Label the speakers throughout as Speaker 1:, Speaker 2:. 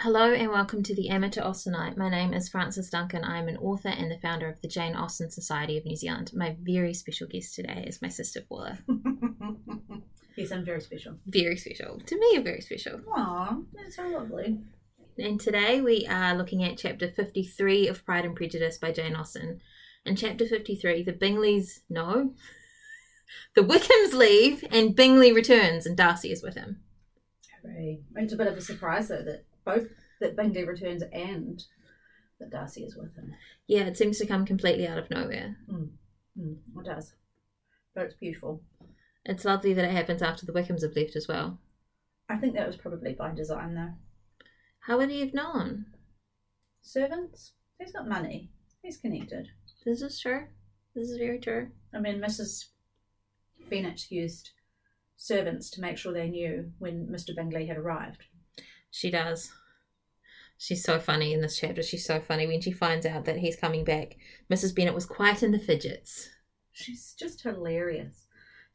Speaker 1: Hello and welcome to the Amateur Austenite. My name is Frances Duncan. I am an author and the founder of the Jane Austen Society of New Zealand. My very special guest today is my sister Paula.
Speaker 2: yes, I'm very special.
Speaker 1: Very special. To me, very special.
Speaker 2: Aw, that's so lovely.
Speaker 1: And today we are looking at chapter 53 of Pride and Prejudice by Jane Austen. In chapter 53, the Bingleys no, the Wickhams leave and Bingley returns and Darcy is with him.
Speaker 2: Hooray. It's a bit of a surprise though that both that Bingley returns and that Darcy is with him.
Speaker 1: Yeah, it seems to come completely out of nowhere.
Speaker 2: Mm, it does. But it's beautiful.
Speaker 1: It's lovely that it happens after the Wickhams have left as well.
Speaker 2: I think that was probably by design though.
Speaker 1: How would he have known?
Speaker 2: Servants? He's got money. He's connected.
Speaker 1: This is true. This is very true.
Speaker 2: I mean Mrs Bennet used servants to make sure they knew when Mr. Bingley had arrived.
Speaker 1: She does. She's so funny in this chapter. She's so funny when she finds out that he's coming back. Mrs. Bennet was quite in the fidgets.
Speaker 2: She's just hilarious.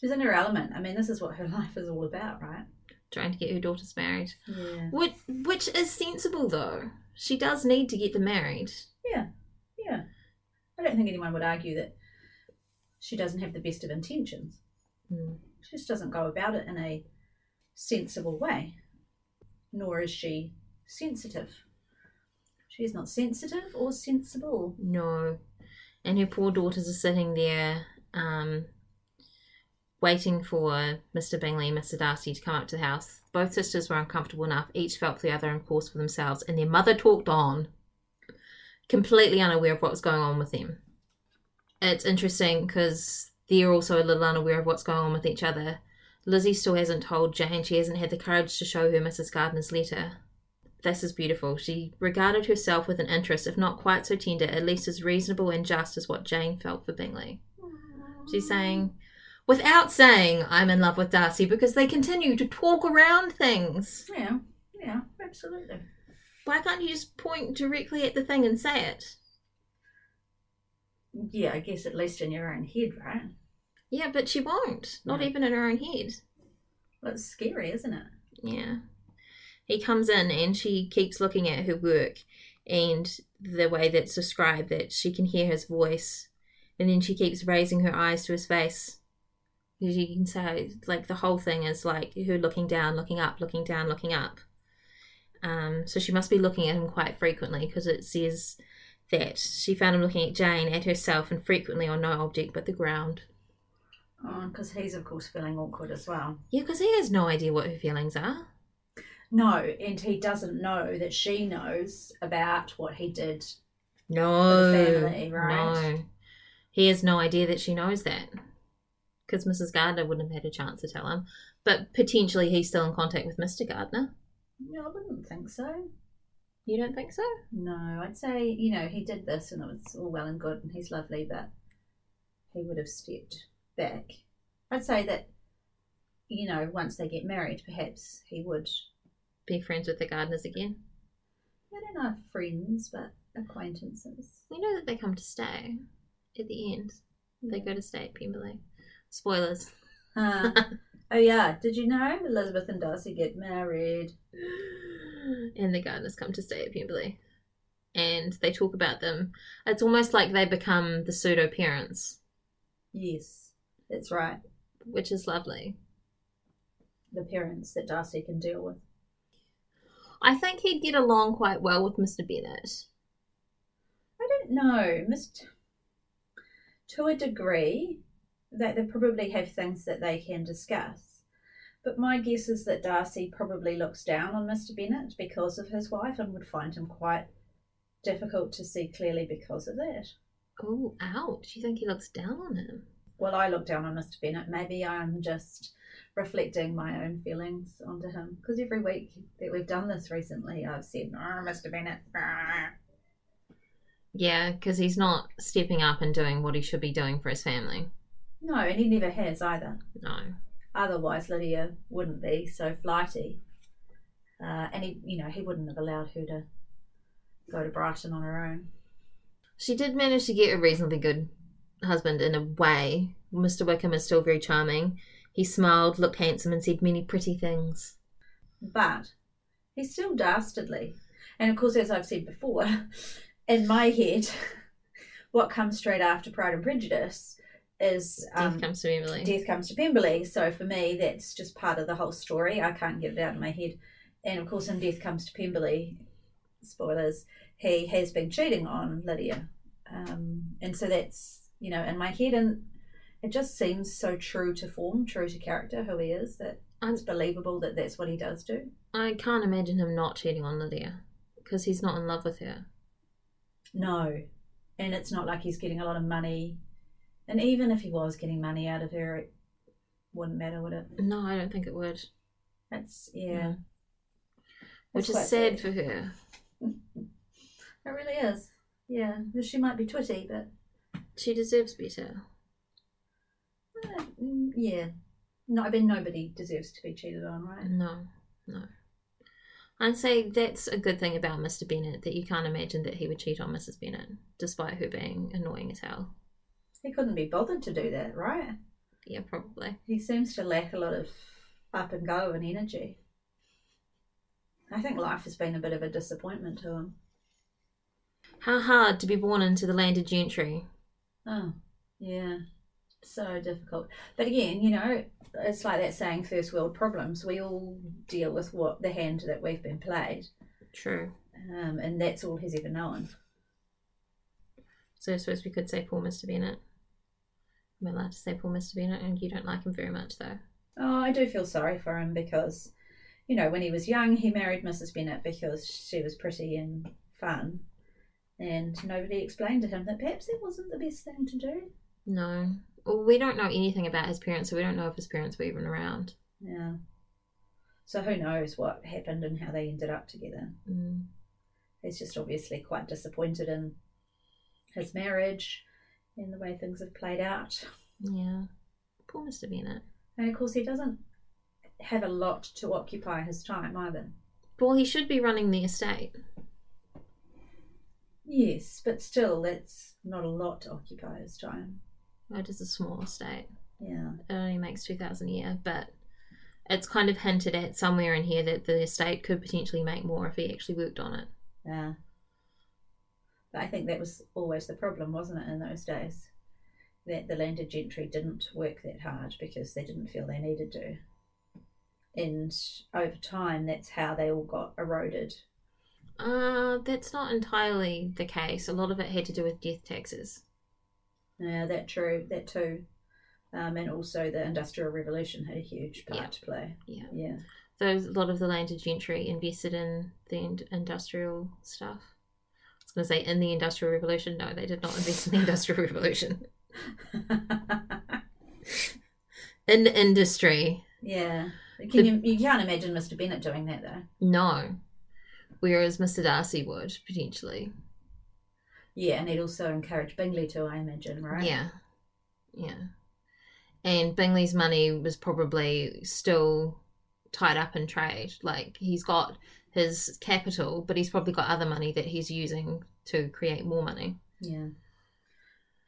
Speaker 2: She's in her element. I mean, this is what her life is all about, right?
Speaker 1: trying to get her daughters married.
Speaker 2: Yeah.
Speaker 1: Which, which is sensible though. She does need to get them married.
Speaker 2: Yeah, yeah. I don't think anyone would argue that she doesn't have the best of intentions.
Speaker 1: Mm.
Speaker 2: She just doesn't go about it in a sensible way, nor is she sensitive. She is not sensitive or sensible.
Speaker 1: No. And her poor daughters are sitting there, um, waiting for Mr. Bingley and Mr. Darcy to come up to the house. Both sisters were uncomfortable enough, each felt for the other and caused for themselves, and their mother talked on, completely unaware of what was going on with them. It's interesting because they're also a little unaware of what's going on with each other. Lizzie still hasn't told Jane, she hasn't had the courage to show her Mrs. Gardiner's letter. This is beautiful. She regarded herself with an interest, if not quite so tender, at least as reasonable and just as what Jane felt for Bingley. She's saying, without saying, I'm in love with Darcy because they continue to talk around things.
Speaker 2: Yeah, yeah, absolutely.
Speaker 1: Why can't you just point directly at the thing and say it?
Speaker 2: Yeah, I guess at least in your own head, right?
Speaker 1: Yeah, but she won't. Not
Speaker 2: No.
Speaker 1: even in her own head.
Speaker 2: Well, it's scary, isn't it?
Speaker 1: Yeah. He comes in and she keeps looking at her work and the way that's described that she can hear his voice and then she keeps raising her eyes to his face. As you can say, like the whole thing is like her looking down, looking up, looking down, looking up. Um, so she must be looking at him quite frequently because it says that she found him looking at Jane, at herself, and frequently on no object but the ground.
Speaker 2: Because Oh, he's, of course, feeling awkward as well.
Speaker 1: Yeah, because he has no idea what her feelings are.
Speaker 2: No, and he doesn't know that she knows about what he did
Speaker 1: No,
Speaker 2: family, right?
Speaker 1: No, he has no idea that she knows that because Mrs. Gardner wouldn't have had a chance to tell him. But potentially, he's still in contact with Mr. Gardner.
Speaker 2: No, I wouldn't think so.
Speaker 1: You don't think so?
Speaker 2: No, I'd say, you know, he did this and it was all well and good and he's lovely, but he would have stepped back. I'd say that, you know, once they get married, perhaps he would,
Speaker 1: Be friends with the Gardeners again.
Speaker 2: I don't know, if friends, but acquaintances.
Speaker 1: We know that they come to stay at the end. They go to stay at Pemberley. Spoilers.
Speaker 2: Uh, oh, yeah, did you know Elizabeth and Darcy get married?
Speaker 1: And the Gardeners come to stay at Pemberley. And they talk about them. It's almost like they become the pseudo parents,
Speaker 2: Yes, that's right.
Speaker 1: which is lovely.
Speaker 2: The parents that Darcy can deal with.
Speaker 1: I think he'd get along quite well with Mr. Bennett.
Speaker 2: I don't know, Mist. To a degree, that they probably have things that they can discuss. But my guess is that Darcy probably looks down on Mr. Bennett because of his wife and would find him quite difficult to see clearly because of that.
Speaker 1: Oh, ouch. You think he looks down on him?
Speaker 2: Well, I look down on Mr. Bennett. Maybe I'm just reflecting my own feelings onto him because every week that we've done this recently, I've said, oh, Mr. Bennett, ah."
Speaker 1: Yeah, because he's not stepping up and doing what he should be doing for his family.
Speaker 2: no, and he never has either.
Speaker 1: No.
Speaker 2: Otherwise, Lydia wouldn't be so flighty, uh, and he, you know, he wouldn't have allowed her to go to Brighton on her own.
Speaker 1: She did manage to get a reasonably good husband in a way. Mr. Wickham is still very charming. He smiled, looked handsome, and said many pretty things.
Speaker 2: But he's still dastardly. And of course, as I've said before, in my head, what comes straight after Pride and Prejudice is um,
Speaker 1: Death comes to Emily.
Speaker 2: Death Comes to Pemberley. So for me, that's just part of the whole story. I can't get it out of my head. And of course, in Death Comes to Pemberley, spoilers, he has been cheating on Lydia. Um, and so that's, you know, in my head. And it just seems so true to form, true to character, who he is, that
Speaker 1: And-
Speaker 2: it's believable that that's what he does do.
Speaker 1: I can't imagine him not cheating on Lydia because he's not in love with her.
Speaker 2: No. And it's not like he's getting a lot of money. And even if he was getting money out of her, it wouldn't matter, would it?
Speaker 1: No, I don't think it would.
Speaker 2: That's, yeah.
Speaker 1: Yeah.
Speaker 2: That's
Speaker 1: Which
Speaker 2: quite
Speaker 1: is sad for her.
Speaker 2: It really is. Yeah, because she might be twitty, but
Speaker 1: She deserves better.
Speaker 2: uh, mm, yeah. No, I mean nobody deserves to be cheated on, right?
Speaker 1: No, no. I'd say that's a good thing about Mr. Bennett that you can't imagine that he would cheat on Mrs. Bennett, despite her being annoying as hell.
Speaker 2: He couldn't be bothered to do that, right?
Speaker 1: Yeah, probably.
Speaker 2: He seems to lack a lot of up and go and energy. I think life has been a bit of a disappointment to him.
Speaker 1: How hard to be born into the landed gentry.
Speaker 2: Oh, yeah. So difficult. But again, you know, it's like that saying first world problems. We all deal with what the hand that we've been played.
Speaker 1: True.
Speaker 2: Um, and that's all he's ever known.
Speaker 1: So I suppose we could say poor Mr. Bennett. I'm allowed to say poor Mr. Bennett, and you don't like him very much, though.
Speaker 2: Oh, I do feel sorry for him because, you know, when he was young, he married Mrs. Bennett because she was pretty and fun. And nobody explained to him that perhaps that wasn't the best thing to do.
Speaker 1: No. Well, we don't know anything about his parents, so we don't know if his parents were even around.
Speaker 2: Yeah. So who knows what happened and how they ended up together.
Speaker 1: Mm.
Speaker 2: He's just obviously quite disappointed in his marriage and the way things have played out.
Speaker 1: Yeah. Poor Mr. Bennett.
Speaker 2: And of course, he doesn't have a lot to occupy his time either.
Speaker 1: Well, he should be running the estate.
Speaker 2: Yes, but still, that's not a lot to occupy his time.
Speaker 1: Oh, It is a small estate.
Speaker 2: Yeah.
Speaker 1: It only makes 2000 a year, but it's kind of hinted at somewhere in here that the estate could potentially make more if he actually worked on it.
Speaker 2: Yeah. But I think that was always the problem, wasn't it, in those days? That the landed gentry didn't work that hard because they didn't feel they needed to. And over time, that's how they all got eroded.
Speaker 1: Uh, that's not entirely the case. A lot of it had to do with death taxes.
Speaker 2: Yeah, that true, that too. Um, and also the Industrial Revolution had a huge part
Speaker 1: Yeah.
Speaker 2: to play.
Speaker 1: Yeah.
Speaker 2: Yeah.
Speaker 1: Those, a lot of the landed gentry invested in the in- industrial stuff. I was going to say in the Industrial Revolution. No, they did not invest in the Industrial Revolution. In the industry.
Speaker 2: yeah. Can you, you can't imagine Mr. Bennett doing that, though.
Speaker 1: No. Whereas Mr. Darcy would, potentially.
Speaker 2: Yeah, and it also encouraged Bingley to, I imagine, right?
Speaker 1: Yeah. Yeah. And Bingley's money was probably still tied up in trade. Like he's got his capital, but he's probably got other money that he's using to create more money.
Speaker 2: Yeah.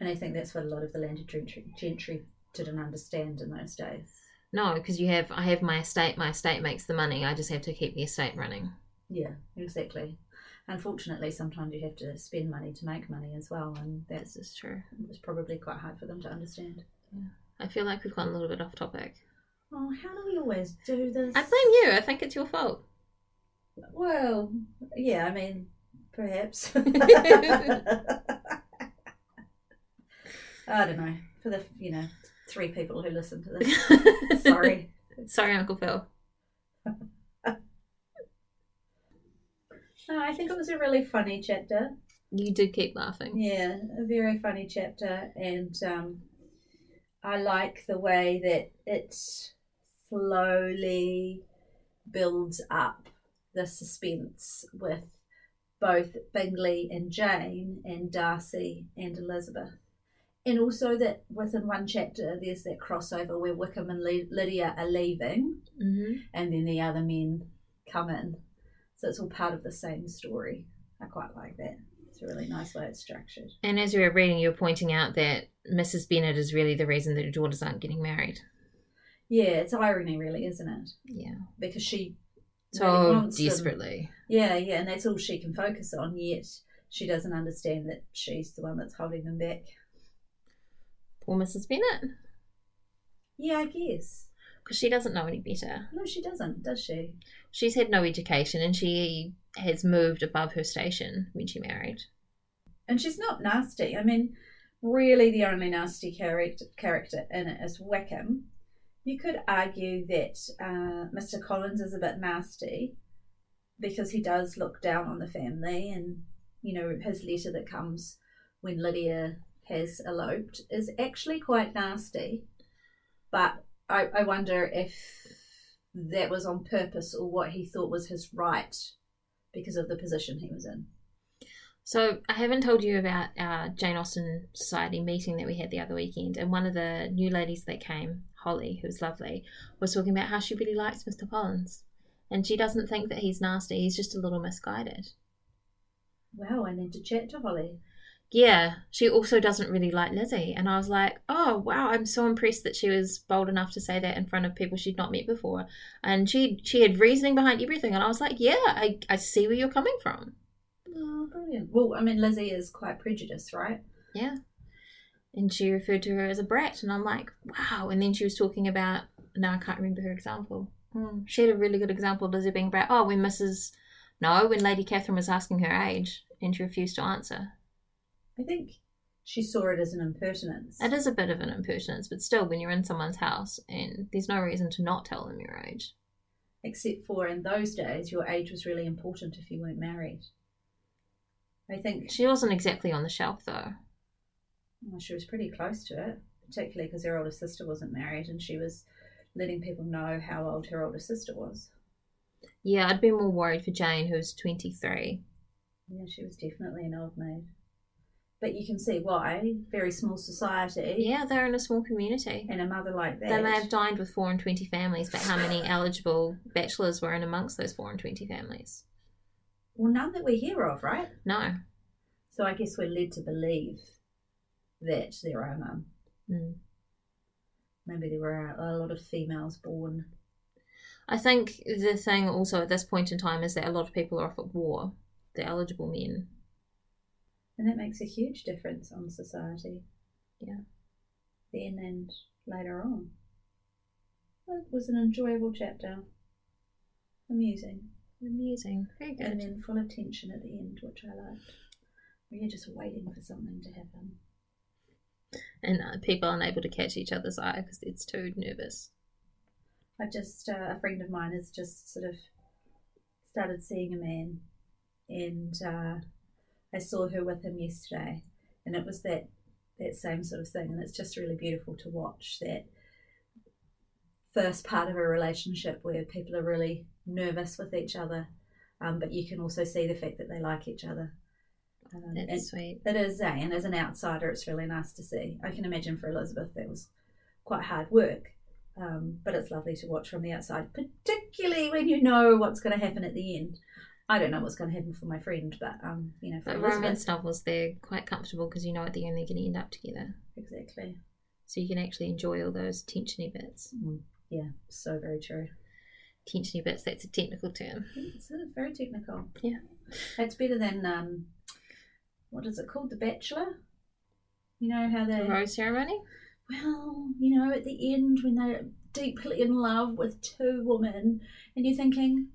Speaker 2: And I think that's what a lot of the landed gentry, gentry didn't understand in those days.
Speaker 1: No, because you have I have my estate, my estate makes the money, I just have to keep the estate running.
Speaker 2: Yeah, exactly. Unfortunately, sometimes you have to spend money to make money as well, and that
Speaker 1: This is true.
Speaker 2: was probably quite hard for them to understand.
Speaker 1: I feel like we've gone a little bit off topic.
Speaker 2: Oh, how do we always do this?
Speaker 1: I blame you, I think it's your fault.
Speaker 2: Well, yeah, I mean, perhaps. I don't know. For the you know three people who listen to this, sorry.
Speaker 1: Sorry, Uncle Phil.
Speaker 2: No, I think it was a really funny chapter.
Speaker 1: You did keep laughing.
Speaker 2: Yeah, a very funny chapter, and um, I like the way that it slowly builds up the suspense with both Bingley and Jane, and Darcy and Elizabeth. And also, that within one chapter, there's that crossover where Wickham and Ly- Lydia are leaving,
Speaker 1: Mm-hmm.
Speaker 2: and then the other men come in. So it's all part of the same story. I quite like that. It's a really nice way it's structured.
Speaker 1: And as you were reading, you were pointing out that Mrs. Bennett is really the reason that her daughters aren't getting married.
Speaker 2: Yeah, it's irony, really, isn't it?
Speaker 1: Yeah.
Speaker 2: Because she really
Speaker 1: So
Speaker 2: wants them-
Speaker 1: desperately.
Speaker 2: Yeah, yeah, and that's all she can focus on, yet she doesn't understand that she's the one that's holding them back.
Speaker 1: Poor Mrs. Bennett,
Speaker 2: Yeah, I guess.
Speaker 1: because she doesn't know any better.
Speaker 2: No, she doesn't, does she?
Speaker 1: She's had no education and she has moved above her station when she married.
Speaker 2: And she's not nasty. I mean, really, the only nasty character, character in it is Wickham. You could argue that uh, Mr. Collins is a bit nasty because he does look down on the family, and you know, his letter that comes when Lydia has eloped is actually quite nasty. But I, I wonder if that was on purpose or what he thought was his right because of the position he was in.
Speaker 1: So I haven't told you about our Jane Austen Society meeting that we had the other weekend, and one of the new ladies that came, Holly, who's lovely, was talking about how she really likes Mr. Collins, and she doesn't think that he's nasty. He's just a little misguided.
Speaker 2: Wow, I need to chat to Holly.
Speaker 1: Yeah, she also doesn't really like Lizzie, and I was like, oh wow, I'm so impressed that she was bold enough to say that in front of people she'd not met before, and she she had reasoning behind everything, and I was like, yeah, I, I see where you're coming from.
Speaker 2: Oh, brilliant. Well, I mean, Lizzie is quite prejudiced, right?
Speaker 1: Yeah. And she referred to her as a brat, and I'm like, wow. And then she was talking about, now I can't remember her example. Hmm, She had a really good example of Lizzie being a brat. Oh, when Mrs. No, when Lady Catherine was asking her age, and she refused to answer.
Speaker 2: I think she saw it as an impertinence.
Speaker 1: It is a bit of an impertinence, but still, when you're in someone's house, and there's no reason to not tell them your age.
Speaker 2: Except for in those days, your age was really important if you weren't married. I think she,
Speaker 1: She wasn't exactly on the shelf, though.
Speaker 2: well, she was pretty close to it, particularly because her older sister wasn't married and she was letting people know how old her older sister was.
Speaker 1: Yeah, I'd be more worried for Jane, who's 23.
Speaker 2: Yeah, she was definitely an old maid. But you can see why. Very small society.
Speaker 1: Yeah, they're in a small community.
Speaker 2: And a mother like that.
Speaker 1: They may have dined with four and twenty families, but how many eligible bachelors were in amongst those four and twenty families?
Speaker 2: well, none that we hear of, right?
Speaker 1: No.
Speaker 2: So I guess we're led to believe that there are none.
Speaker 1: Mm.
Speaker 2: Maybe there were a lot of females born.
Speaker 1: I think the thing also at this point in time is that a lot of people are off at war, the eligible men.
Speaker 2: And that makes a huge difference on society.
Speaker 1: Yeah.
Speaker 2: Then and later on. Well, It was an enjoyable chapter. Amusing.
Speaker 1: Amusing. Very good.
Speaker 2: And then full of tension at the end, which I liked. Where you're just waiting for something to happen.
Speaker 1: and uh, people unable to catch each other's eye because it's too nervous.
Speaker 2: I've just uh, a friend of mine has just sort of started seeing a man, and uh, I saw her with him yesterday, and it was that that same sort of thing, and it's just really beautiful to watch that first part of a relationship where people are really nervous with each other, um, but you can also see the fact that they like each other. Um,
Speaker 1: That's
Speaker 2: and-
Speaker 1: sweet.
Speaker 2: it is, eh? And as an outsider, it's really nice to see. I can imagine for Elizabeth that was quite hard work, um, but it's lovely to watch from the outside, particularly when you know what's going to happen at the end. I don't know what's going to happen for my friend, but um, you know, for
Speaker 1: But
Speaker 2: Elizabeth,
Speaker 1: romance novels, they're quite comfortable because you know at the end they're going to end up together.
Speaker 2: exactly.
Speaker 1: So you can actually enjoy all those tensiony bits.
Speaker 2: Mm, yeah, so very true.
Speaker 1: Tensiony bits, that's a technical term.
Speaker 2: It's uh, very technical.
Speaker 1: Yeah.
Speaker 2: it's better than um, what is it called, The Bachelor? You know how they
Speaker 1: The rose ceremony?
Speaker 2: well, you know, at the end when they're deeply in love with two women, and you're thinking,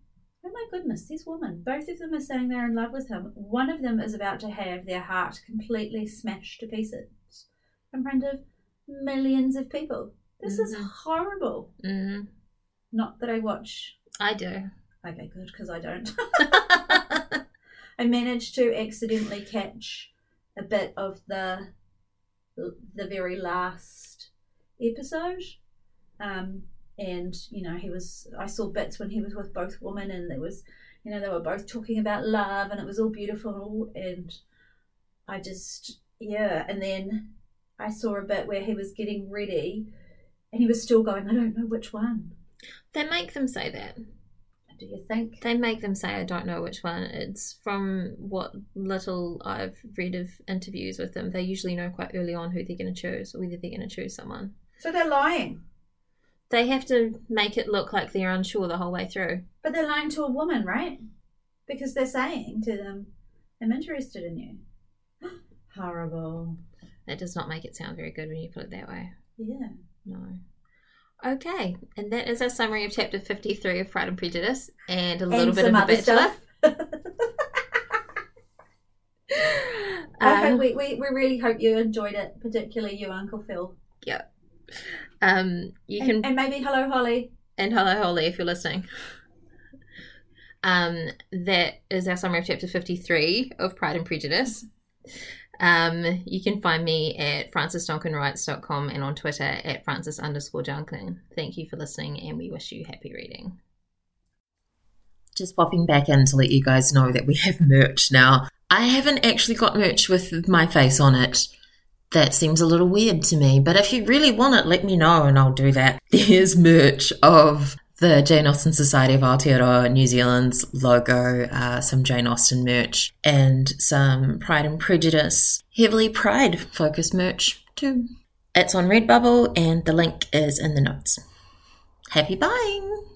Speaker 2: oh my goodness, these women, both of them are saying they're in love with him. One of them is about to have their heart completely smashed to pieces in front of millions of people. This is
Speaker 1: Mhm.
Speaker 2: horrible.
Speaker 1: Mm,
Speaker 2: Not that I watch.
Speaker 1: I do.
Speaker 2: Okay, good, because I don't. I managed to accidentally catch a bit of the the very last episode. Um, and you know, he was I saw bits when he was with both women and there was you know, they were both talking about love and it was all beautiful and all and I just yeah, and then I saw a bit where he was getting ready and he was still going, I don't know which one.
Speaker 1: They make them say that.
Speaker 2: Do you think?
Speaker 1: They make them say, I don't know which one. It's from what little I've read of interviews with them. They usually know quite early on who they're going to choose or whether they're going to choose someone.
Speaker 2: So they're lying.
Speaker 1: They have to make it look like they're unsure the whole way through.
Speaker 2: But they're lying to a woman, right? because they're saying to them, I'm interested in you. Horrible.
Speaker 1: That does not make it sound very good when you put it that way.
Speaker 2: Yeah.
Speaker 1: No. Okay, and that is our summary of chapter 53 of Pride and Prejudice and a little bit of The Bachelor.
Speaker 2: I
Speaker 1: Um,
Speaker 2: hope we, we, we really hope you enjoyed it, particularly you, Uncle Phil.
Speaker 1: um, you
Speaker 2: and,
Speaker 1: can
Speaker 2: and maybe Hello Holly.
Speaker 1: and hello holy if you're listening um that is our summary of chapter 53 of pride and prejudice um you can find me at francisdonkinwrites.com and on twitter at francis underscore duncan thank you for listening and we wish you happy reading
Speaker 3: just popping back in to let you guys know that we have merch now. I haven't actually got merch with my face on it. That seems a little weird to me, but if you really want it, let me know and I'll do that. There's merch of the Jane Austen Society of Aotearoa New Zealand's logo, uh, some Jane Austen merch, and some Pride and Prejudice, heavily Pride focused merch too. It's on Redbubble and the link is in the notes. Happy buying!